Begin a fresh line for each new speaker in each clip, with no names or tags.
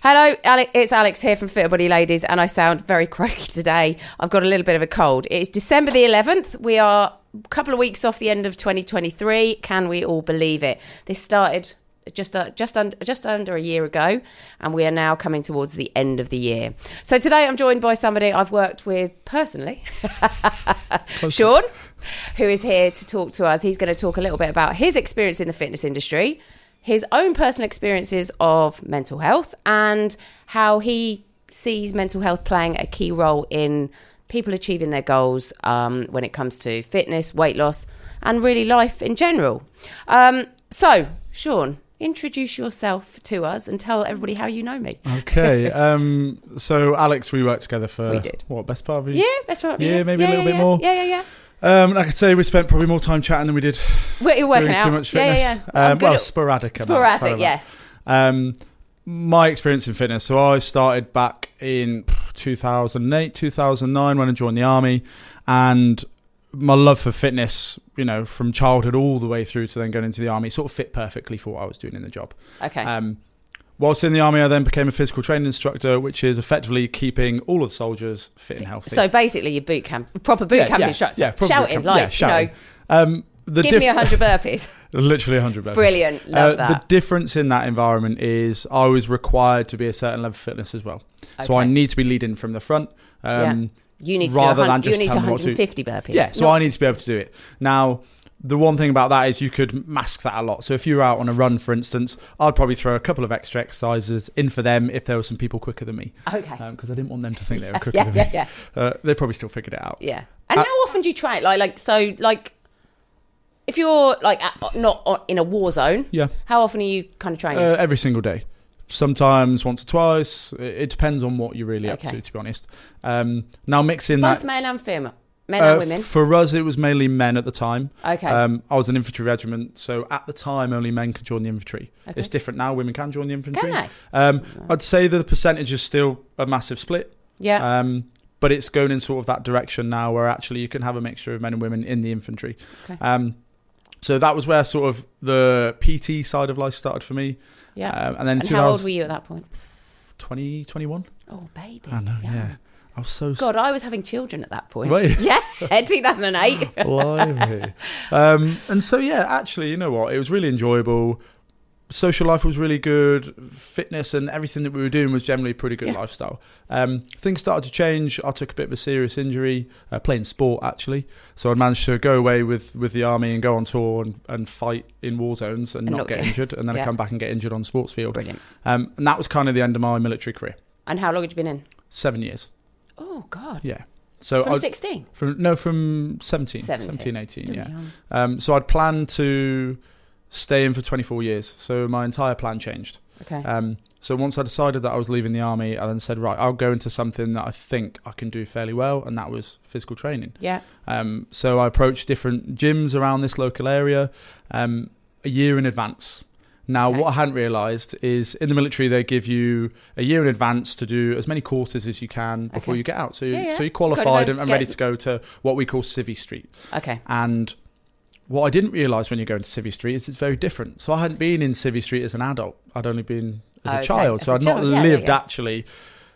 Hello, Alex, it's Alex here from Fitbody Ladies, and I sound very croaky today. I've got a little bit of a cold. It's December the 11th. We are a couple of weeks off the end of 2023. Can we all believe it? This started just uh, just under just under a year ago, and we are now coming towards the end of the year. So today I'm joined by somebody I've worked with personally, Sean, who is here to talk to us. He's going to talk a little bit about his experience in the fitness industry, his own personal experiences of mental health, and how he sees mental health playing a key role in people achieving their goals um, when it comes to fitness, weight loss, and really life in general. Um, so, Sean, introduce yourself to us and tell everybody how you know me.
Okay. Um, so Alex, we worked together for
We did.
what best part of a
Yeah, that's right.
Yeah, maybe a little bit
yeah.
more.
Yeah, yeah, yeah.
Um, like I say, we spent probably more time chatting than we did
Well, you're working
doing
out.
too much
yeah,
fitness.
yeah, yeah. I'm
Um,
good
well,
at-
sporadic. amounts, I
sporadic,
don't know.
yes.
Um, my experience in fitness. So I started back in 2008, 2009 when I joined the army, and my love for fitness, you know, from childhood all the way through to then going into the army, sort of fit perfectly for what I was doing in the job.
Okay.
Um, whilst in the army, I then became a physical training instructor, which is effectively keeping all of the soldiers fit and healthy.
so basically, your boot camp, proper boot camp instructor,
proper
shouting
boot camp-
like,
yeah, shouting.
you
Um, the
know, give me a
diff-
hundred burpees.
literally 100 burpees.
Brilliant, love
Uh,
that.
The difference in that environment is I was required to be a certain level of fitness as well. So I
Okay.
need to be leading from the front. Um,
you need to do
rather
a hun-
than just
you need to
tell them what to-
150 burpees.
Yeah, so I need to be able to do it. Now, the one thing about that is you could mask that a lot. So if you were out on a run, for instance, I'd probably throw a couple of extra exercises in for them if there were some people quicker than me.
Not- Oh, okay.
because Um, I didn't want them to think they were quicker
yeah,
than
yeah,
me.
yeah,
Uh, they probably still figured it out.
yeah. And
Uh,
how often do you train? Like, like so, like if you're like at, not on- in a war zone,
Yeah.
how often are you kind of training?
Uh, every single day. Sometimes once or twice. It, it depends on what you're really
Okay.
up to, to be honest. Um, now, mixing
Both
that.
men and female, men
uh,
and women.
For us, it was mainly men at the time.
Okay.
Um, I was an infantry regiment, so at the time, only men could join the infantry.
Okay.
It's different now. Women can join the infantry.
Can
Um, I'd say that the percentage is still a massive split,
yeah.
um, but it's going in sort of that direction now where actually you can have a mixture of men and women in the infantry.
Okay.
Um, so that was where sort of the PT side of life started for me.
yeah.
Um, and then
and how old were you at that point?
20, 21?
Oh, baby.
I know, yeah.
young.
I was so
God, I was having children at that point.
Were you?
Yeah, 2008.
lively. um, and so, yeah, actually, you know what? It was really enjoyable. Social life was really good. Fitness and everything that we were doing was generally a pretty good
Yeah.
lifestyle. Um, things started to change. I took a bit of a serious injury uh, playing sport, actually. So I managed to go away with, with the army and go on tour and, and fight in war zones and,
And
not,
not
get,
get-
injured. And then
Yeah.
I come back and get injured on sports field.
Brilliant.
Um, and that was kind of the end of my military career.
And how long had you been in?
Seven years.
Oh, God.
Yeah. So
From
I,
16?
from no from 17
17.
17 18
Still
yeah
young.
um, so i'd planned to stay in for 24 years so my entire plan changed
Okay.
um, so once i decided that i was leaving the army i then said right i'll go into something that i think i can do fairly well and that was physical training
yeah.
um, so i approached different gyms around this local area um, a year in advance now
Okay.
what i hadn't realised is in the military they give you a year in advance to do as many courses as you can before
Okay.
you get out so, you,
Yeah, yeah.
so you're
go
qualified and, and
get-
ready to go to what we call civvy street
Okay.
and what I didn't realise when you're going to Civvy Street is it's very different. So I hadn't been in Civvy Street as an adult. I'd only been as
Okay,
a child.
as
So
a
i I'd not
child, yeah, yeah,
lived
yeah.
actually,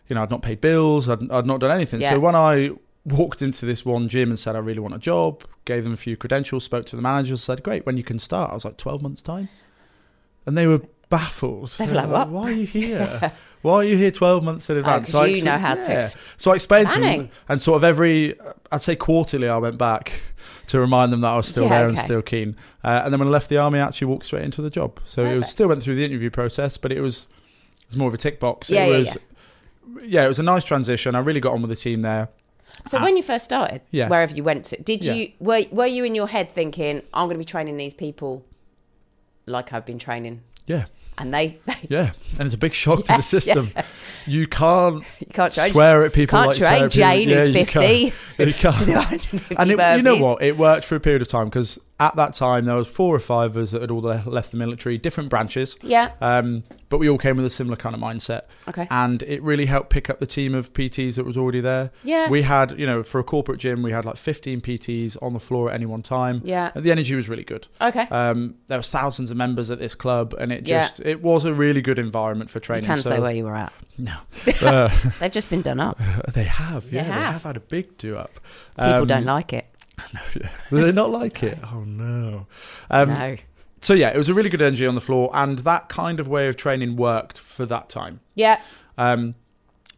you know, I'd not paid bills. I'd, I'd not done anything.
Yeah.
So when I walked into this one gym and said, I really want a job, gave them a few credentials, spoke to the manager, said, great, when you can start. I was like, 12 months' time. And they were baffled.
They were like, "What?" Oh,
Why are you here? Why are you here 12 months in advance?
Uh, 'cause
So I
you
ex-
know how to ex-
So I explained to
Planning.
them, and sort of every, I'd say quarterly, I went back to remind them that I was still
Yeah,
there and
okay.
still keen. Uh, and then when I left the army, I actually walked straight into the job. So it
Perfect.
was still went through the interview process, but it was it was more of a tick box.
Yeah,
it
yeah,
was yeah. it was a nice transition. I really got on with the team there.
So
Ah.
when you first started,
Yeah.
wherever you went to, did
Yeah.
you were were you in your head thinking, I'm going to be training these people like I've been training,
Yeah,
and they, they
yeah, and it's a big shock
Yeah,
to the system. You can't
you can't train.
swear at people.
Can't
like
train
swear at
Jane,
people.
who's
Yeah, you can't.
50,
You can't.
to do 150
and it,
burpees.
you know what? It worked for a period of time because at that time there was four or five of us that had all le- left the military, different branches,
Yeah.
um, but we all came with a similar kind of mindset,
Okay.
and it really helped pick up the team of PTs that was already there.
Yeah.
We had, you know, for a corporate gym, we had like 15 PTs on the floor at any one time.
yeah.
And the energy was really good.
Okay.
Um, there was thousands of members at this club, and it
Yeah.
just it was a really good environment for
You
training.
can
so,
say where you were at.
no, Uh,
They've just been done up.
they have.
They
Yeah, they have.
have.
had a big do up.
People
Um,
don't like it.
Do they not like it? Oh no. Um,
no.
So yeah, it was a really good energy on the floor, and that kind of way of training worked for that time.
Yeah.
Um,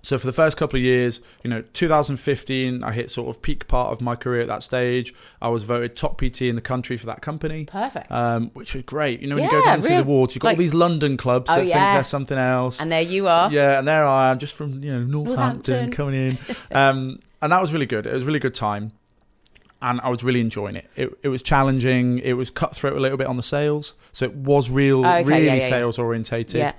so for the first couple of years, you know, 2015, I hit sort of peak part of my career at that stage. I was voted top PT in the country for that company,
Perfect.
um, which was great. You know, when you go
Yeah,
down and see the
real-
awards, you've got
like-
all these London clubs
Oh,
that
yeah.
think they're something else.
and there you are.
yeah, and there I am, just from you know
Northampton.
Northampton, coming in, um, and that was really good. It was a really good time, and I was really enjoying it. It, it was challenging. It was cutthroat a little bit on the sales, so it was
Oh,
real,
Okay, yeah,
really
yeah, yeah.
sales orientated.
Yeah.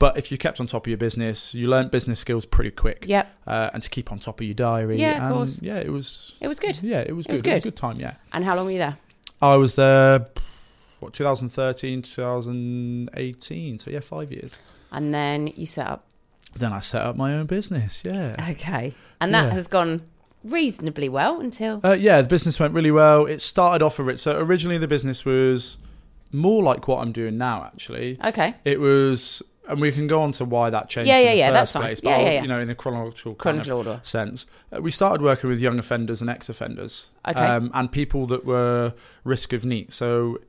But if you kept on top of your business, you learnt business skills pretty quick,
Yep.
uh, and to keep on top of your diary.
Yeah, of
and
course.
Yeah, it was.
It was good.
Yeah, it was
It
good.
was
It was a good time. Yeah,
And how long were you there?
I was there. What 2013, 2018. So yeah, five years.
And then you set up.
Then I set up my own business. Yeah.
Okay. And that
Yeah.
has gone reasonably well until.
Uh, yeah, the business went really well. It started off a bit. So originally, the business was more like what I'm doing now. Actually,
Okay.
it was, and we can go on to why that changed.
Yeah,
in
yeah,
the
yeah,
First
that's fine.
place,
Yeah,
but
yeah,
I'll-
yeah.
You know, in a chronological kind
Chronological order.
of sense, uh, we started working with young offenders and ex-offenders,
Okay.
um, and people that were risk of need. So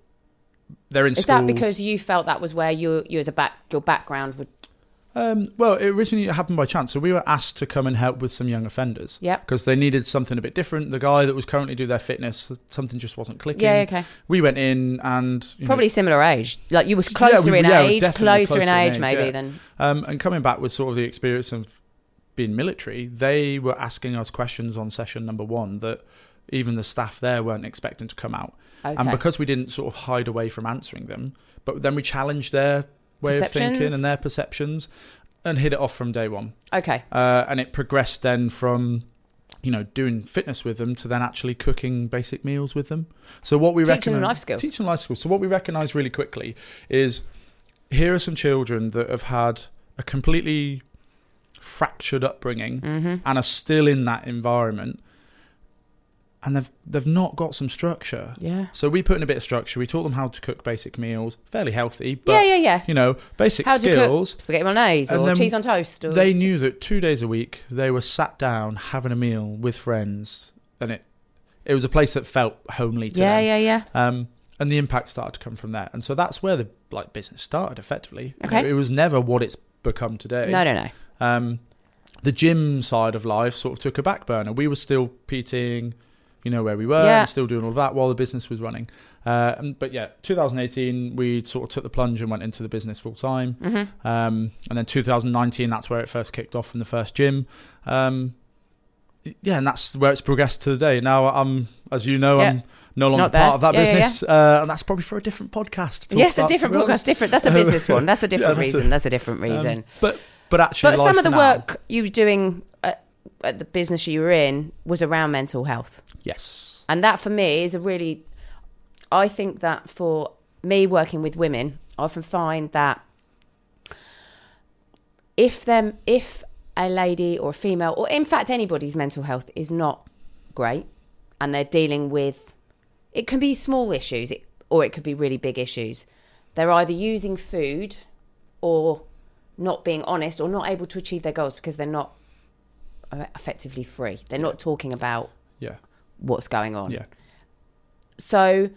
they're in
Is
school.
that because you felt that was where you, you as a back, your background would.
Um, well, it originally happened by chance. So we were asked to come and help with some young offenders.
Yep.
Because they needed something a bit different. The guy that was currently doing their fitness, something just wasn't clicking.
Yeah, okay.
we went in and you know,
Probably similar age. Like you was
Yeah, we-
closer in
yeah,
age,
definitely
closer, in age, maybe
yeah.
than.
um, and coming back with sort of the experience of being military, they were asking us questions on session number one that even the staff there weren't expecting to come out,
Okay.
and because we didn't sort of hide away from answering them, but then we challenged their way of thinking
Perceptions.
and their perceptions, and hit it off from day one,
okay.
uh, and it progressed then from. You know, doing fitness with them to then actually cooking basic meals with them. So what we
Teaching them
recommend-
life skills.
Teaching life skills. So what we recognise really quickly is here are some children that have had a completely fractured upbringing
Mm-hmm.
and are still in that environment, and they've they've not got some structure.
Yeah.
So we put in a bit of structure. We taught them how to cook basic meals, fairly healthy, but
yeah, yeah, yeah.
you know basic
How to
skills.
cook spaghetti bolognese
And
or
then
cheese on toast. Or
They knew that two days a week they were sat down having a meal with friends, and it it was a place that felt homely to
Yeah,
them
yeah, yeah.
um, and the impact started to come from there. And so that's where the like business started effectively. You
Okay.
know, it was never what it's become today.
No, no, no.
Um, the gym side of life sort of took a back burner. We were still PTing, you know, where we were,
Yeah.
and still doing all of that while the business was running. Uh, and- but yeah, 2018, we sort of took the plunge and went into the business full time.
Mm-hmm.
Um, and then 2019, that's where it first kicked off from the first gym. Um, yeah, and that's where it's progressed to today. Now I'm, as you know, I'm no longer
Not there.
part of that
Yeah, yeah,
business, Uh, and that's probably for a different podcast. to talk
Yes, a
about,
different
to be
podcast.
honest.
Different. That's a
Um,
business one. That's a
yeah,
different
that's a-
reason. that's a different reason.
Um, but but actually,
but some
life
of the
now-
work you were doing at, at the business you were in was around mental health.
yes,
And that for me is a really, I think that for me working with women, I often find that if them, if a lady or a female, or in fact anybody's mental health is not great, and they're dealing with, it can be small issues, it, or it could be really big issues. They're either using food, or not being honest, or not able to achieve their goals because they're not uh, effectively free. They're not talking about
yeah,
what's going on.
yeah.
So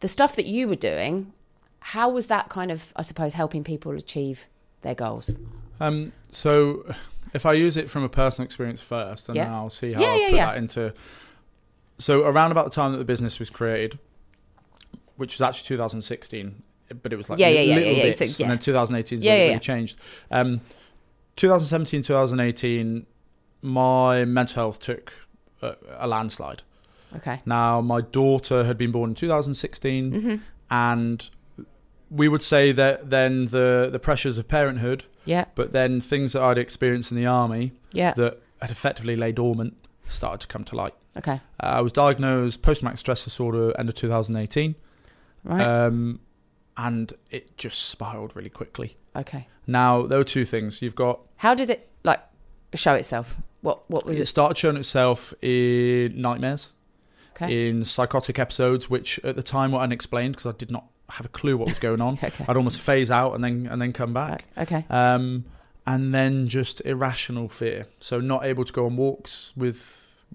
the stuff that you were doing, how was that kind of, I suppose, helping people achieve their goals?
Um, so if I use it from a personal experience first, and
Yeah.
then I'll see how
Yeah,
I
yeah,
put
yeah.
that into. So around about the time that the business was created, which was actually 2016, but it was like
Yeah,
li-
yeah, yeah,
little
yeah, yeah.
bits,
So, yeah.
and then 2018 is
Yeah,
when it
yeah,
really
yeah.
changed. Um, 2017, 2018, my mental health took a, a landslide.
Okay.
Now my daughter had been born in 2016
hmm
and we would say that then the the pressures of parenthood,
Yeah.
but then things that I'd experienced in the army
Yeah.
that had effectively lay dormant started to come to light.
Okay.
Uh, I was diagnosed post-traumatic stress disorder end of 2018.
Right.
Um, and it just spiraled really quickly.
okay.
Now, there were two things. You've got
How did it like show itself? What what was
it
it?
started showing itself in nightmares,
Okay.
in psychotic episodes, which at the time were unexplained because I did not have a clue what was going on.
Okay.
I'd almost phase out and then and then come back.
Right, Okay.
Um, and then just irrational fear. So not able to go on walks with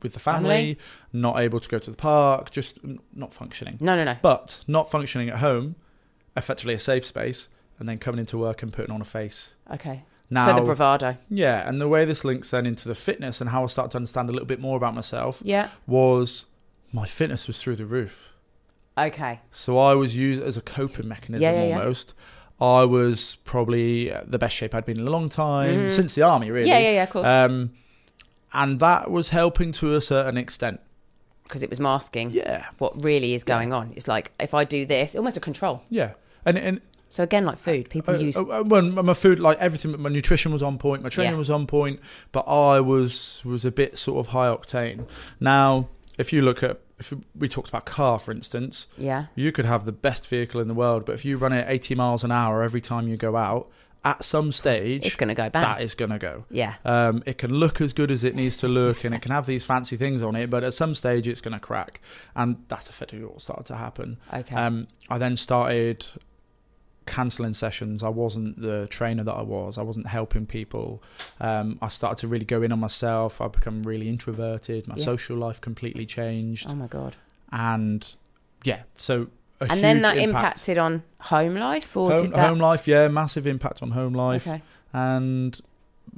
with the family, not able to go to the park, just n- not functioning.
No, no, no.
But not functioning at home, effectively a safe space, and then coming into work and putting on a face.
Okay.
Now,
so the bravado.
yeah, and the way this links then into the fitness and how I started to understand a little bit more about myself
Yeah.
was my fitness was through the roof.
Okay.
So I was used as a coping mechanism
Yeah, yeah, yeah.
almost. I was probably uh, the best shape I'd been in a long time
Mm.
since the army, really.
Yeah, yeah, yeah. Of course,
Um, and that was helping to a certain extent.
because it was masking
Yeah,
what really is going on. It's like if I do this, almost a control.
yeah. And and
So again, like food, people
uh,
use.
uh, when my food, like everything, my nutrition was on point, my training
Yeah.
was on point, but I was was a bit sort of high octane. Now, if you look at if we talked about car, for instance,
Yeah.
You could have the best vehicle in the world, but if you run it 80 miles an hour every time you go out, at some stage,
It's going to go
that
bad.
is going to go.
Yeah.
Um, it can look as good as it needs to look and it can have these fancy things on it, but at some stage it's going to crack. And that's effectively what started to happen.
Okay.
Um, I then started cancelling sessions. I wasn't the trainer that I was, I wasn't helping people. Um, I started to really go in on myself. I become really introverted. My
Yeah.
social life completely changed.
oh my god.
And yeah, so. a
And then
huge
that
impact
impacted on home life, or
home,
did that?
home life, yeah, massive impact on home life,
okay.
and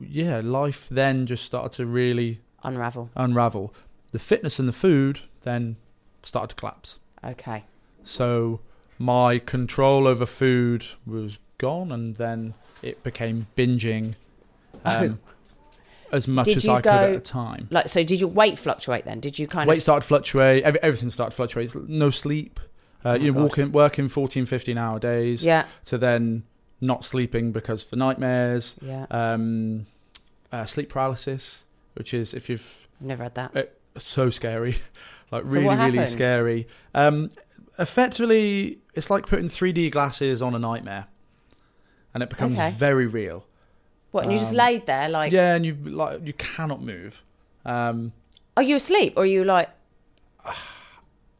yeah, life then just started to really
Unravel.
unravel. The fitness and the food then started to collapse.
Okay.
So my control over food was gone, and then it became binging um, as much
Oh. Did
as
you
I could at
go-
a time.
Like, so did your weight fluctuate then? Did you kind
Weight
of?
started to fluctuate. Every, everything started to fluctuate. No sleep. Uh,
Oh my
you're
God.
walking, working 14, 15 hour days
Yeah.
to then not sleeping because of the nightmares.
Yeah.
um, uh, sleep paralysis, which is if you've
I've never had that.
so scary, like
So
really
what
really
happens?
scary. Um, effectively, it's like putting 3D glasses on a nightmare, and it becomes
Okay.
very real.
What? And you just
um,
laid there, like,
yeah, and you like you cannot move. Um,
are you asleep or are you like?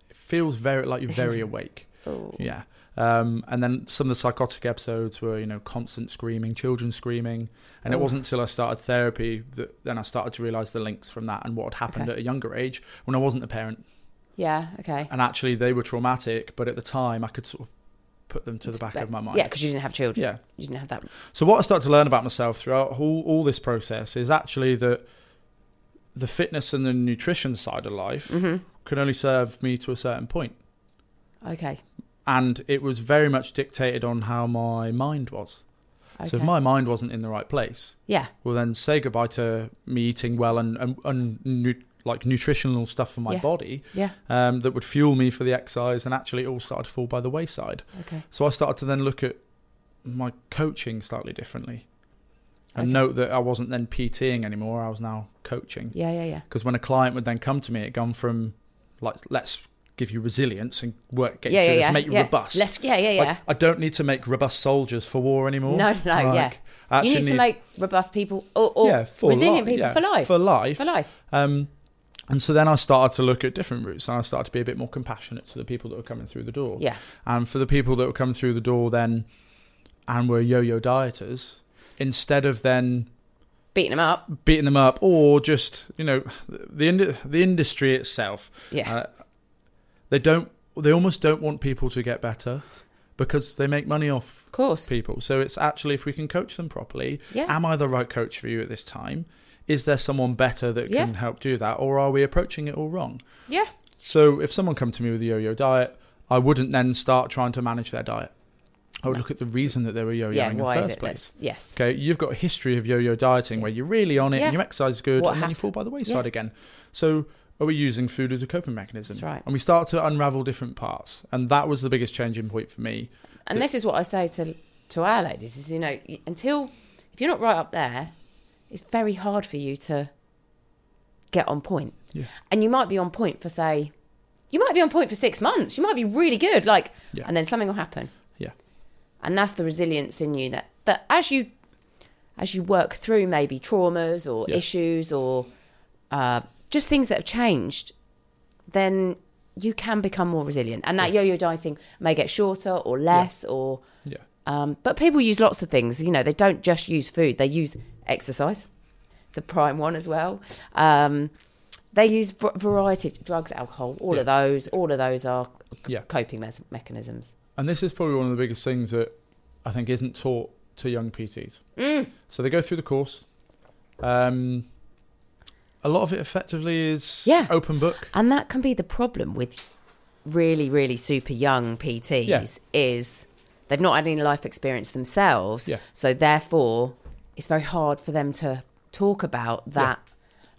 it feels very like you're very awake.
Oh.
Yeah. Um, and then some of the psychotic episodes were, you know, constant screaming, children screaming, and it
Oh.
wasn't until I started therapy that then I started to realise the links from that and what had happened
Okay.
at a younger age when I wasn't a parent,
Yeah. Okay.
and actually they were traumatic, but at the time I could sort of put them to the back of my mind.
Yeah, because you didn't have children.
Yeah.
You didn't have that.
So what I started to learn about myself throughout all, all this process is actually that the fitness and the nutrition side of life
hmm
can only serve me to a certain point,
Okay.
and it was very much dictated on how my mind was.
Okay.
So if my mind wasn't in the right place,
yeah.
well then say goodbye to me eating well and and, and nu- like nutritional stuff for my
Yeah.
body
Yeah.
um, that would fuel me for the exercise, and actually it all started to fall by the wayside.
Okay.
So I started to then look at my coaching slightly differently, and
Okay.
note that I wasn't then PTing anymore. I was now coaching
Yeah. Yeah. Yeah.
because when a client would then come to me, it gone from like let's give you resilience and work get
yeah.
you
Yeah.
through
Yeah.
this, make you
yeah.
robust.
Let's- yeah. Yeah.
Like,
Yeah.
I don't need to make robust soldiers for war anymore.
No, no,
Like,
yeah.
I
you
actually
need to make robust people or, or resilient people
yeah,
for life.
For life.
For life.
Um, and so then I started to look at different routes and I started to be a bit more compassionate to the people that were coming through the door.
Yeah.
And for the people that were coming through the door then and were yo yo dieters, instead of then
Beating them up.
beating them up or just, you know, the, ind- the industry itself,
Yeah.
uh, they don't, they almost don't want people to get better because they make money off
of course.
people. So it's actually, if we can coach them properly,
Yeah.
am I the right coach for you at this time? Is there someone better that
Yeah.
can help do that, or are we approaching it all wrong?
Yeah.
So if someone come to me with a yo-yo diet, I wouldn't then start trying to manage their diet. I would
No.
look at the reason that they were yo-yoing
yeah.
in
Why
the
is
first
it?
place.
That's, yes.
Okay, you've got a history of yo-yo dieting where you're really on it
Yeah.
and your exercise is good,
What
and then you
happened?
fall by the wayside again. So are we using food as a coping mechanism?
That's right.
And we start to unravel different parts, and that was the biggest changing point for me.
And this is what I say to to our ladies is you know y- until if you're not right up there, it's very hard for you to get on point.
Yeah.
And you might be on point for say you might be on point for six months. You might be really good, like,
Yeah.
and then something will happen.
Yeah.
And that's the resilience in you that that as you as you work through maybe traumas or
Yeah.
issues or uh, just things that have changed, then you can become more resilient. And that yo-yo dieting may get shorter or less, or
Yeah.
um, but people use lots of things. You know, they don't just use food; they use exercise. It's a prime one as well. Um, they use v- variety of drugs, alcohol, all of those. All of those are
Yeah.
coping mes- mechanisms.
And this is probably one of the biggest things that I think isn't taught to young PTs.
Mm.
So they go through the course. Um, a lot of it effectively is
Yeah.
open book.
And that can be the problem with really, really super young PTs
Yeah.
is they've not had any life experience themselves.
Yeah.
So therefore, it's very hard for them to talk about that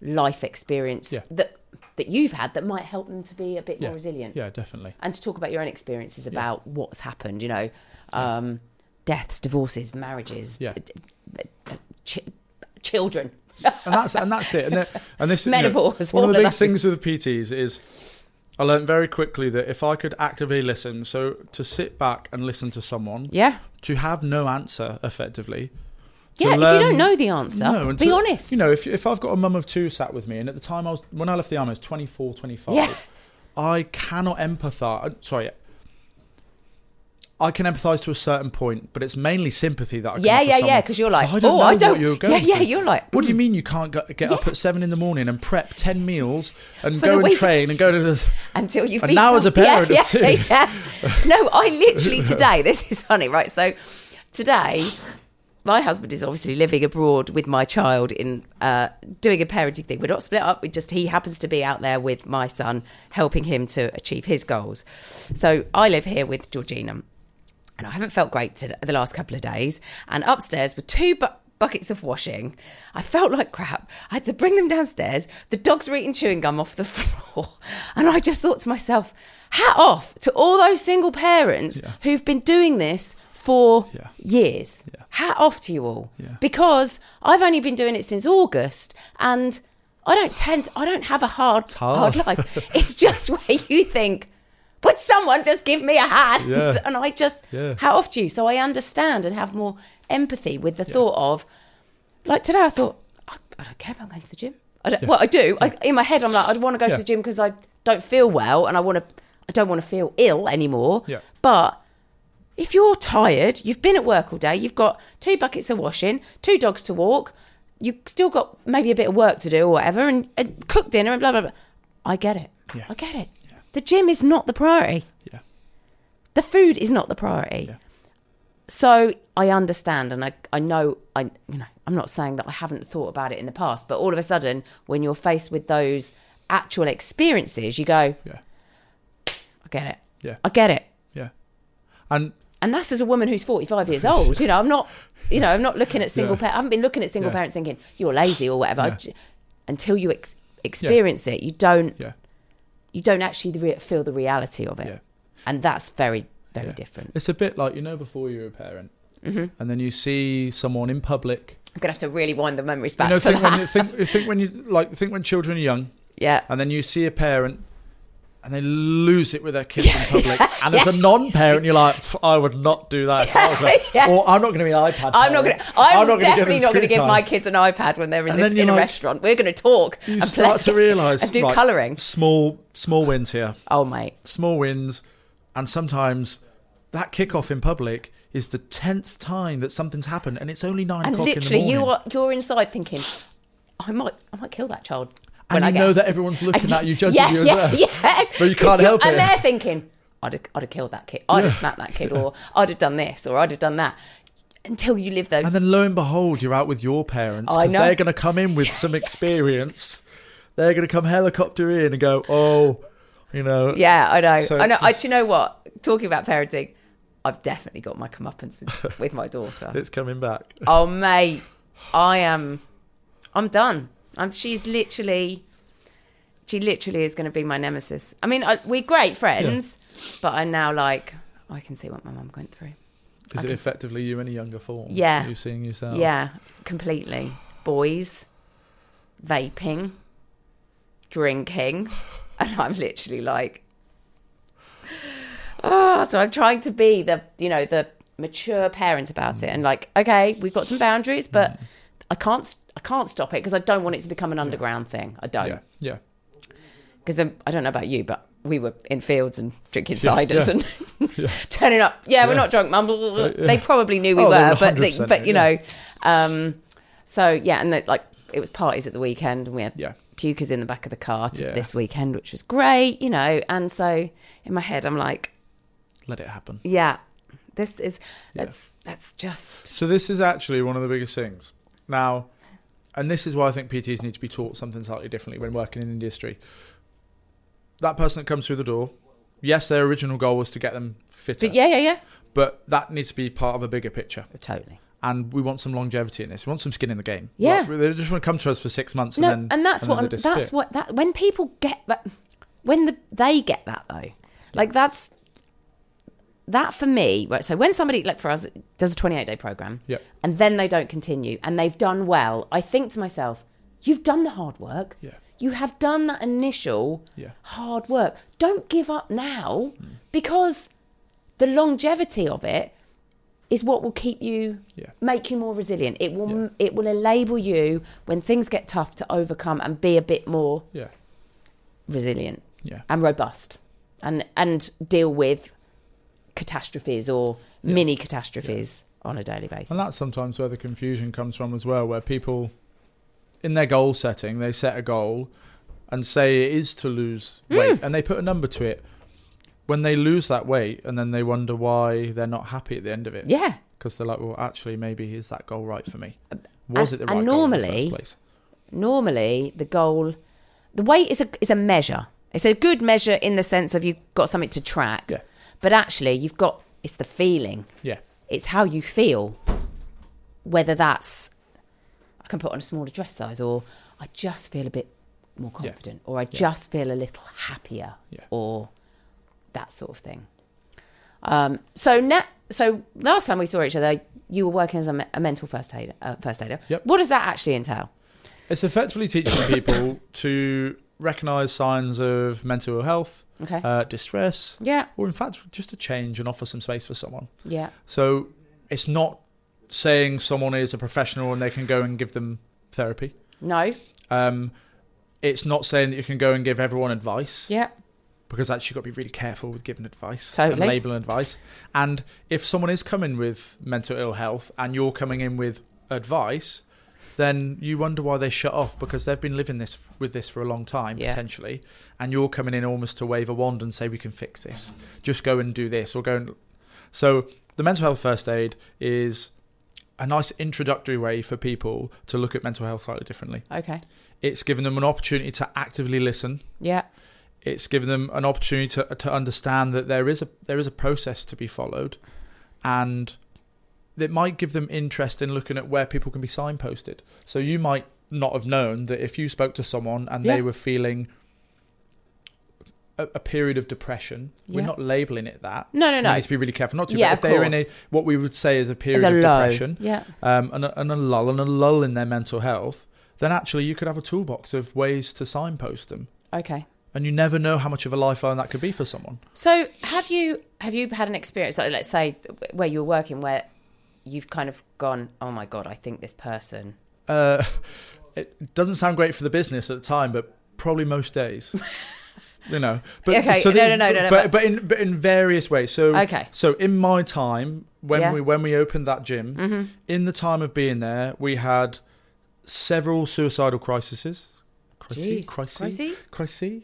life experience
Yeah.
that that you've had that might help them to be a bit
Yeah.
more resilient.
Yeah, definitely.
And to talk about your own experiences about what's happened, you know, um, deaths, divorces, marriages,
Yeah.
d- d- ch- children.
And that's and that's it. And, the- and this
Menopause,
You know, one
all
of the
of
big things
those.
with the PTs is I learned very quickly that if I could actively listen, so to sit back and listen to someone,
Yeah.
to have no answer effectively. to
Yeah, if
learn-
you don't know the answer,
No, and
be
to-
honest.
You know, if, if I've got a mum of two sat with me, and at the time I was, when I left the army, I was 24, 25.
Yeah.
I cannot empathize. Sorry. I can empathize to a certain point, but it's mainly sympathy that I can
Yeah,
offer
yeah,
someone.
yeah. Because you're like,
So I don't
oh,
know
I
what
don't.
you're going
yeah, yeah.
through.
You're like, "Hmm."
What do you mean you can't go, get up
Yeah.
at seven in the morning and prep ten meals and
For the
go and
week.
train and go to this?
until you've
And
been
now as a parent of
yeah,
two.
yeah, yeah. no i literally today this is funny right so today my husband is obviously living abroad with my child in uh, doing a parenting thing we're not split up we just he happens to be out there with my son helping him to achieve his goals so i live here with georgina and I haven't felt great today, the last couple of days. And upstairs were two bu- buckets of washing. I felt like crap. I had to bring them downstairs. The dogs were eating chewing gum off the floor. And I just thought to myself, hat off to all those single parents
Yeah.
who've been doing this for
Yeah.
years.
Yeah.
Hat off to you all.
Yeah.
Because I've only been doing it since August and I don't tend I don't have a hard
hard.
hard life. It's just where you think, would someone just give me a hand?
Yeah.
And I just
Yeah.
how off do you? So I understand and have more empathy with the thought of, like today, I thought, I, I don't care about going to the gym. I don't, Well, I do. I, in my head, I'm like, I want to go
Yeah.
to the gym because I don't feel well and I want to. I don't want to feel ill anymore.
Yeah.
But if you're tired, you've been at work all day, you've got two buckets of washing, two dogs to walk, you still got maybe a bit of work to do or whatever, and, and cook dinner and blah blah blah. I get it.
Yeah.
I get it. The gym is not the priority
Yeah,
the food is not the priority.
Yeah.
So I understand, and I I know I you know I'm not saying that I haven't thought about it in the past, but all of a sudden when you're faced with those actual experiences, you go,
yeah,
I get it,
yeah,
I get it,
yeah. And
and that's as a woman who's 45 years old. You know, I'm not, you know, I'm not looking at single
Yeah.
parent. I haven't been looking at single
Yeah.
parents thinking you're lazy or whatever. I
Yeah.
j- Until you ex- experience it, you don't
yeah,
you don't actually the re- feel the reality of it,
Yeah.
and that's very very
Yeah.
different. Mm-hmm.
it's a bit like you know before you're a parent, and then you see someone in public.
I'm gonna have to really wind the memories back.
you know,
for
think
that.
when you think, think when you like think when children are young,
yeah.
and then you see a parent. And they lose it with their kids in public. And as a non-parent, you're like, "Pff, I would not do that. If I was there."
Yeah.
Or I'm not going to be an iPad.
I'm not
parent.
gonna. I'm,
not gonna give
definitely
them
not gonna
screen
give
time."
my kids an iPad when they're in,
And
this,
then you're
in a
like-
restaurant. We're gonna talk
You
and
start
play
to realise
and do
like,
colouring.
Small, small wins here.
Oh mate,
small wins, and sometimes that kickoff in public is the tenth time that something's happened, and it's only nine
and
o'clock
literally
in the morning.
you are you're inside thinking, I might I might kill that child
and
when I
you
get
know that everyone's looking at you, judging
yeah,
you. as
yeah,
well.
yeah.
But you
'Cause
can't
you're-
help
And
it.
they're thinking, I'd have, I'd have killed that kid. I'd have smacked that kid, or I'd have done this, or I'd have done that. Until you live those
And then lo and behold, you're out with your parents
I
because
know.
they're going to come in with some experience. They're going to come helicopter in and go, oh, you know,
Yeah, I know.
So
I know. I,
just-
do you know what? Talking about parenting, I've definitely got my comeuppance with, with my daughter.
it's coming back.
Oh, mate, I am. I'm done. I'm, she's literally. She literally is going to be my nemesis. I mean, I, we're great friends, but I'm now like, I can see what my mum went through.
Is it
can-
effectively you in a younger form?
Yeah.
You seeing yourself?
Yeah, completely. Boys, vaping, drinking, and I'm literally like, oh, so I'm trying to be the you know the mature parent about it and like okay, we've got some boundaries, but I can't s- I can't stop it because I don't want it to become an underground thing. I
Yeah,
don't
yeah.
because I don't know about you, but we were in fields and drinking ciders
yeah.
and turning up. Yeah, we're
Yeah.
not drunk, mum. blah, blah, blah.
Uh, yeah.
They probably knew we
Oh, they
were,
were
but they,
100%
but you
yeah.
know, um, so yeah, and they, like it was parties at the weekend, and we had
Yeah.
pukers in the back of the car to
Yeah.
this weekend, which was great, you know. And so in my head, I'm like,
Let it happen.
yeah, this is
Yeah.
let's let's just
So this is actually one of the biggest things. Now, and this is why I think PTs need to be taught something slightly differently when working in industry. That person that comes through the door, yes, their original goal was to get them fitter,
but yeah yeah yeah
but that needs to be part of a bigger picture.
totally
And we want some longevity in this. We want some skin in the game.
Yeah.
Like, they just want to come to us for six months
no,
and then
and that's
and
what
then
I'm,
they
that's
disappear.
what that when people get that when the, they get that though, like that's that for me. Right, so when somebody like for us does a 28 day program,
Yeah.
and then they don't continue and they've done well, I think to myself, you've done the hard work.
Yeah.
You have done that initial
Yeah. Mm.
hard work. Don't give up now because the longevity of it is what will keep you
Yeah.
make you more resilient. It will
Yeah.
it will enable you when things get tough to overcome and be a bit more
Yeah.
resilient
Yeah.
and robust and and deal with catastrophes or mini catastrophes on a daily basis.
And that's sometimes where the confusion comes from as well, where people, in their goal setting, they set a goal and say it is to lose
Hmm.
weight and they put a number to it. When they lose that weight and then they wonder why they're not happy at the end of it.
yeah.
Because they're like, well, actually, maybe is that goal right for me? Was
and-
it the right
and
goal in
normally-
the first place?
normally the goal the weight is a is a measure it's a good measure in the sense of you've got something to track
Yeah.
but actually you've got it's the feeling
Yeah.
it's how you feel whether that's i can put on a smaller dress size or i just feel a bit more
Yeah.
confident or i just feel a little happier
Yeah.
or that sort of thing um, so now so last time we saw each other you were working as a, me- a mental first aider uh, first aider
Yep.
what does that actually entail
It's effectively teaching people to recognize signs of mental ill health,
okay
uh, distress,
yeah
or in fact, just to change and offer some space for someone.
yeah
So it's not saying someone is a professional and they can go and give them therapy.
No.
Um, it's not saying that you can go and give everyone advice
Yeah.
because actually you've got to be really careful with giving advice
Totally.
and labeling advice. And if someone is coming with mental ill health and you're coming in with advice, then you wonder why they shut off because they've been living this with this for a long time
Yeah.
potentially, and you're coming in almost to wave a wand and say we can fix this, just go and do this or go and. So the mental health first aid is a nice introductory way for people to look at mental health slightly differently.
Okay.
It's given them an opportunity to actively listen
Yeah.
it's given them an opportunity to, to understand that there is a there is a process to be followed, and it might give them interest in looking at where people can be signposted. So you might not have known that if you spoke to someone and
Yeah.
they were feeling a, a period of depression,
Yeah.
we're not labeling it that.
No, no,
We
no.
need to be really careful not to.
Yeah, of
but if they're in a
course.
what we would say is a period
It's a
of
low.
depression,
Yeah.
um, and, a, and a lull and a lull in their mental health, then actually you could have a toolbox of ways to signpost them
Okay.
and you never know how much of a lifeline that could be for someone.
So have you have you had an experience like let's say where you were working where you've kind of gone, Oh my god, I think this person
Uh, it doesn't sound great for the business at the time, but probably most days, you know. But
Okay,
so
no,
these-
no, no, no, no,
but,
but-
but in but in various ways. So
Okay.
so in my time when
Yeah. Mm.
we when we opened that gym,
Mm-hmm.
in the time of being there, we had several suicidal crises.
Jeez.
Crises, crises, crises.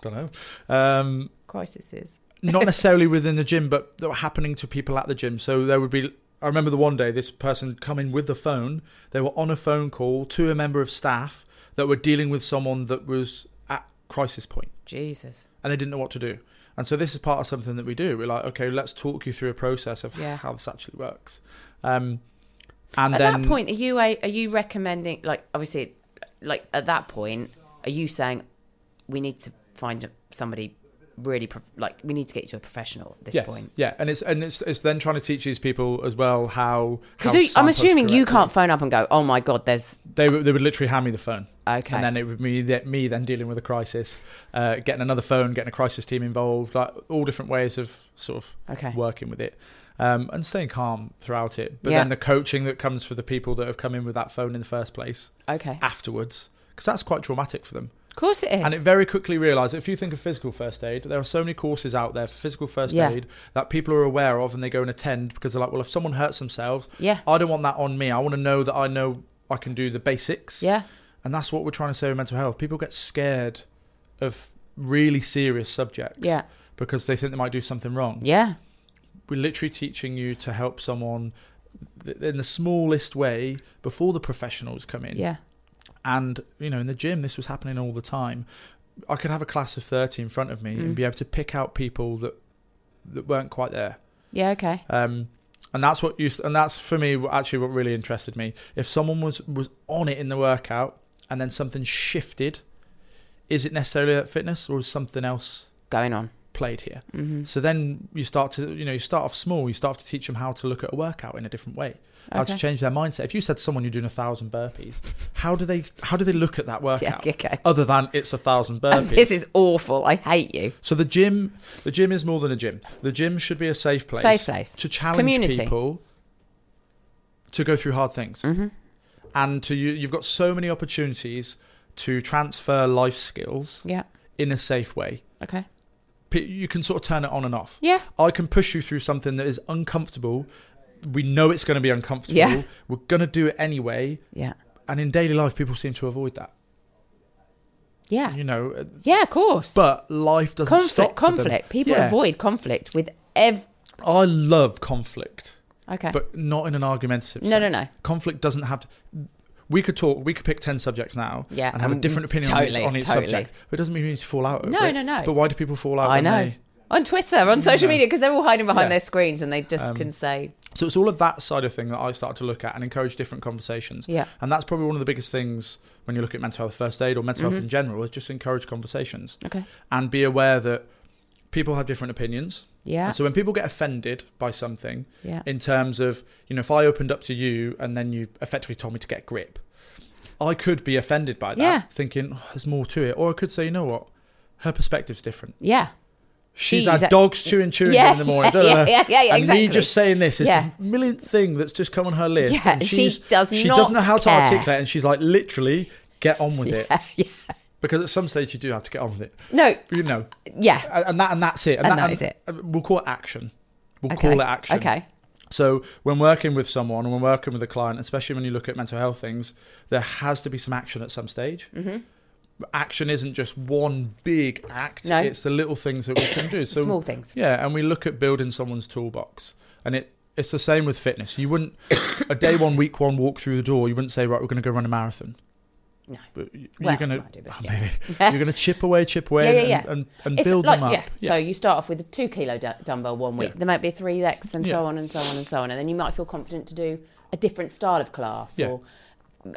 Don't know. Um,
Crises.
not necessarily within the gym, but that were happening to people at the gym. So there would be. I remember the one day this person come in with the phone. They were on a phone call to a member of staff that were dealing with someone that was at crisis point,
Jesus.
and they didn't know what to do. And so this is part of something that we do. We're like, okay, let's talk you through a process of
Yeah.
how this actually works. Um, and
At
then
that point are you a, are you recommending like obviously like at that point, are you saying we need to find somebody really pro- like we need to get you to a professional at this
yeah,
point.
yeah, and it's and it's it's then trying to teach these people as well how. how
Because I'm
signpost
assuming you
correctly.
can't phone up and go, "Oh my god, there's
They would they would literally hand me the phone.
okay."
And then it would be that me then dealing with a crisis, uh, getting another phone, getting a crisis team involved, like all different ways of sort of
okay.
working with it um, and staying calm throughout it. But
Yeah.
then the coaching that comes for the people that have come in with that phone in the first place
Okay.
afterwards, because that's quite traumatic for them.
Of course it is.
And it very quickly realised if you think of physical first aid, there are so many courses out there for physical first
Yeah.
aid that people are aware of and they go and attend because they're like, well, if someone hurts themselves,
yeah.
I don't want that on me. I want to know that I know I can do the basics.
Yeah.
And that's what we're trying to say with mental health. People get scared of really serious subjects
Yeah.
because they think they might do something wrong
Yeah.
we're literally teaching you to help someone th- in the smallest way before the professionals come in.
Yeah.
And, you know, in the gym, this was happening all the time. I could have a class of 30 in front of me
Mm.
and be able to pick out people that that weren't quite there.
Yeah. Okay.
Um, and that's what used, and that's for me what- actually what really interested me. If someone was was on it in the workout and then something shifted, is it necessarily that fitness or is something else
Going on.
played here?
Mm-hmm.
So then you start to, you know, you start off small. You start to teach them how to look at a workout in a different way, how to
Okay.
change their mindset. If you said to someone you're doing a thousand burpees, how do they, how do they look at that
Yeah.
workout?
Okay.
Other than it's a thousand
And this
burpees.
is awful. I hate you.
So the gym, the gym is more than a gym. The gym should be a safe place,
Safe place.
to challenge
Community.
people to go through hard things,
Mhm.
and to you, you've got so many opportunities to transfer life skills
Yeah.
in a safe way.
Okay.
P- You can sort of turn it on and off.
Yeah.
I can push you through something that is uncomfortable. We know it's going to be uncomfortable.
Yeah.
We're going to do it anyway.
Yeah.
And in daily life, people seem to avoid that,
Yeah.
you know.
Yeah. Of course.
But life doesn't
conflict.
stop. for them.
Conflict. People
Yeah.
avoid conflict with ev.
I love conflict,
Okay.
but not in an argumentative
No,
sense.
no, no.
Conflict doesn't have to. We could talk, we could pick 10 subjects now
Yeah,
and have a
and
different opinion on each,
totally,
on each
totally.
subject. But it doesn't mean we need to fall out. over
No,
it.
no, no.
But why do people fall out?
I
when
know.
they-
on Twitter, on social
Yeah.
media, because they're all hiding behind
Yeah.
their screens and they just
Um,
can say,
So it's all of that side of thing that I start to look at and encourage different conversations.
yeah,
And that's probably one of the biggest things when you look at mental health first aid or mental
Mhm.
health in general is just encourage conversations
okay,
and be aware that people have different opinions.
yeah,
And so when people get offended by something
yeah,
in terms of, you know, if I opened up to you and then you effectively told me to get grip, I could be offended by that,
Yeah.
thinking "Oh, there's more to it. Or I could say, you know what? Her perspective's different.
yeah,
She's
She's
had
a-
dogs chewing chewing
yeah,
in the morning.
yeah,
don't
yeah,
they?
yeah, yeah, yeah,
and
exactly.
me just saying this is
Yeah.
the millionth thing that's just come on her list.
Yeah,
and
she
she's-
does
She
not
doesn't know how
care.
to articulate, and she's like, literally, get on with it.
yeah, yeah.
Because at some stage you do have to get on with it.
No,
You know,
yeah,
and and that and that's it.
And that is it.
We'll call it action. We'll
okay.
call it action.
Okay,
So when working with someone, when working with a client, especially when you look at mental health things, there has to be some action at some stage.
Mm-hmm.
Action isn't just one big act.
No.
It's the little things that we can do. So
small things.
yeah, and we look at building someone's toolbox, and it it's the same with fitness. You wouldn't a day one, week one walk through the door. You wouldn't say, right, we're going to go run a marathon.
No.
But y-
Well,
you're going to
might do, but
oh,
yeah.
maybe you're going to chip away, chip away,
Yeah, yeah,
and-
yeah.
and and,
It's
build
like,
them up.
yeah. So you start off with a two kilo d- dumbbell one week.
Yeah.
There might be a three X, and so
Yeah.
on and so on and so on, and then you might feel confident to do a different style of class
Yeah.
or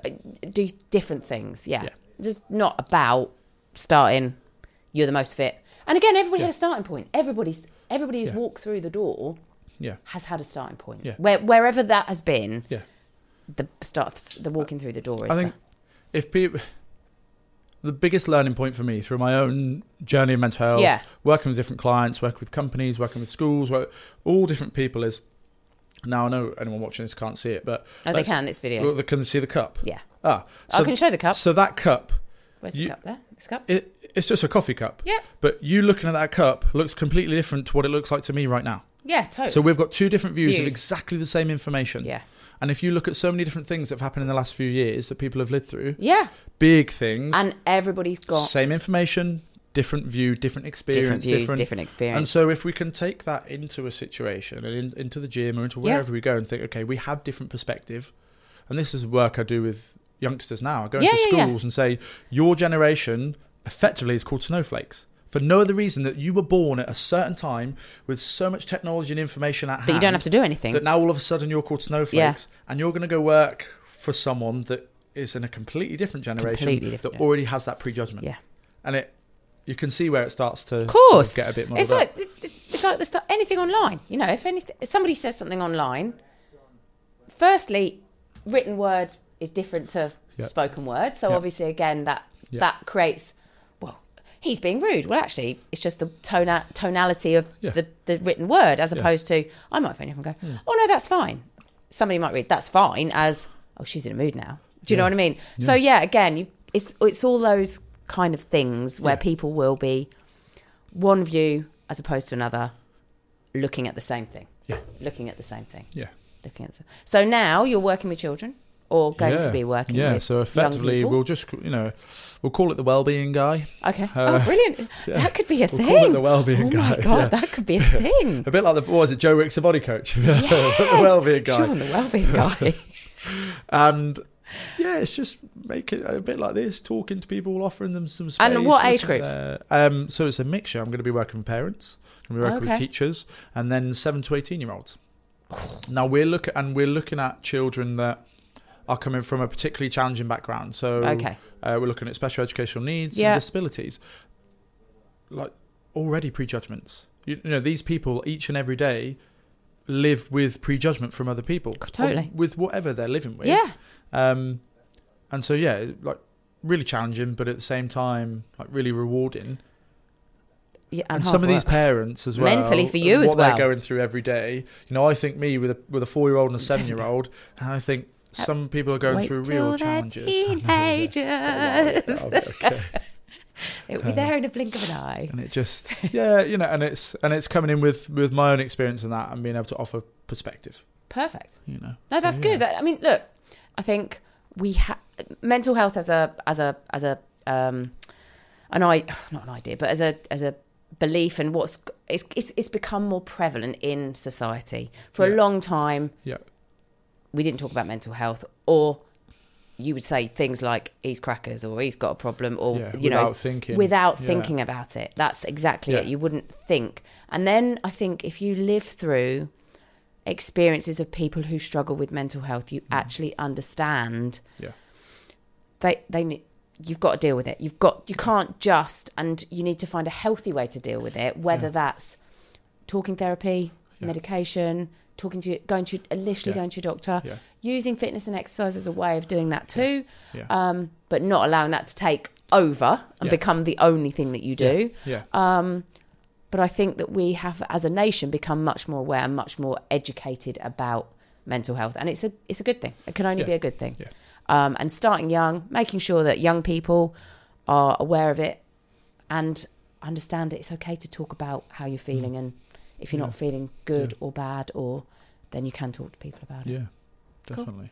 uh, do different things. Yeah.
Yeah.
just not about starting. You're the most fit, and again, everybody had
Yeah.
a starting point. Everybody's everybody who's
Yeah.
walked through the door
yeah.
has had a starting point.
Yeah.
Where, wherever that has been,
Yeah.
the start, the walking through the door is.
I think if people, the biggest learning point for me through my own journey in mental health,
Yeah.
working with different clients, working with companies, working with schools, work, all different people is. Now I know anyone watching this can't see it, but
the, oh, they
let's-
can. It's video.
Well, they can see the cup.
yeah,
Ah,
I
so,
can show the cup.
so that cup,
Where's
you-
the cup? There, this cup.
it, it's just a coffee cup.
Yep.
But you looking at that cup looks completely different to what it looks like to me right now.
Yeah, totally.
So we've got two different views, of
Oh. Views.
exactly the same information.
yeah,
And if you look at so many different things that have happened in the last few years that people have lived through,
yeah,
big things,
and everybody's got
same information, different view, different experience,
different views, different,
and
experience.
so, if we can take that into a situation and in, into the gym or into
Yeah.
wherever we go and think, okay, we have different perspective, and this is work I do with youngsters now. I go
Yeah,
into
yeah, yeah.
schools and say, your generation effectively is called snowflakes for no other reason that you were born at a certain time with so much technology and information at hand
that you don't have to do anything.
that now all of a sudden you're called snowflakes and you're going to go work for someone that is in a completely different generation
Completely different,
that
yeah.
already has that prejudgment.
Yeah.
And it you can see where it starts to
Of course.
sort of get a bit more.
It's
of that.
like it's like the stuff anything online. You know, if anything, if somebody says something online, firstly, written word is different to
Yeah.
spoken word. So
Yeah.
obviously, again, that
Yeah.
that creates. Well, he's being rude. Well, actually, it's just the tona- tonality of
Yeah.
the, the written word, as
Yeah. Hmm.
opposed to I might phone you up and go, "Oh no, that's fine." Somebody might read, "That's fine," as "Oh, she's in a mood now." Do you know
Yeah.
what I mean? So yeah, again, you, it's it's all those kind of things where
Yeah.
people will be one view as opposed to another, looking at the same thing.
Yeah.
Looking at the same thing.
Yeah.
Looking at the, so now you're working with children or going to
Yeah.
be working
yeah,
with
so effectively
people.
we'll just you know we'll call it the well-being guy.
okay oh
uh,
brilliant
yeah.
that could be a
We'll
thing
call it the
oh
well-being
my
guy.
god
yeah.
that could be a thing
A bit like the what was it Joe Ricks, the body coach, the
Yes!
well-being guy,
Sean the well-being guy
and yeah, it's just make it a bit like this, talking to people, offering them some space.
And what age
looking at
groups?
their- um, so it's a mixture. I'm going to be working with parents, I'm going to be working
Okay.
with teachers, and then seven to eighteen year olds. now we're look and we're looking at children that are coming from a particularly challenging background. So
okay
uh, we're looking at special educational needs
Yeah.
and disabilities. Like already prejudgments. You, you know, these people each and every day live with prejudgment from other people.
C- totally.
Or With whatever they're living with.
yeah
Um, and so yeah, like really challenging, but at the same time, like really rewarding.
yeah
And,
and,
some of
hard
these
work.
parents as well,
Mentally for
and
you as
what they're
well.
going through every day. You know, I think me with a with a four year old and a seven year old, and I think some people are going
Uh, Wait
through
till
real
they're
challenges.
teenagers
Oh, wow. okay.
it'll be
Um,
there in a blink of an eye
and it just yeah you know and it's and it's coming in with with my own experience and that and being able to offer perspective
perfect
you know
No, that's good. I mean, look, I think we ha- mental health as a as a as a um an I not an idea, but as a as a belief and what's it's it's, it's become more prevalent in society. For a
Yeah.
long time,
Yeah.
we didn't talk about mental health or you would say things like he's crackers or he's got a problem or
yeah,
you
without
know
thinking
without
Yeah.
thinking about it. That's exactly it.
Yeah.
You wouldn't think. And then I think if you live through experiences of people who struggle with mental health, you actually understand.
Mm. Yeah.
They they ne- you've got to deal with it. You've got you can't just and you need to find a healthy way to deal with it, whether
Yeah.
that's talking therapy,
Yeah.
medication, talking to going to initially
Yeah.
going to your doctor,
Yeah.
using fitness and exercise as a way of doing that too
yeah
um, but not allowing that to take over and
Yeah.
become the only thing that you do.
yeah
Um, but I think that we have, as a nation, become much more aware and much more educated about mental health, and it's a it's a good thing. It can only
Yeah.
be a good thing.
Yeah.
Um, and starting young, making sure that young people are aware of it and understand it's okay to talk about how you're feeling, and if you're
Mm. Yeah.
not feeling good or bad, or then you can talk to people about it.
yeah definitely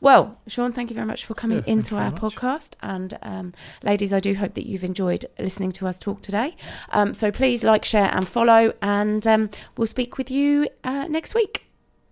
Well, Sean, thank you very much for coming
Yeah, thank
into
you very
our
much.
podcast. And um, ladies, I do hope that you've enjoyed listening to us talk today. Um, so please like, share, and follow. And um, we'll speak with you uh, next week.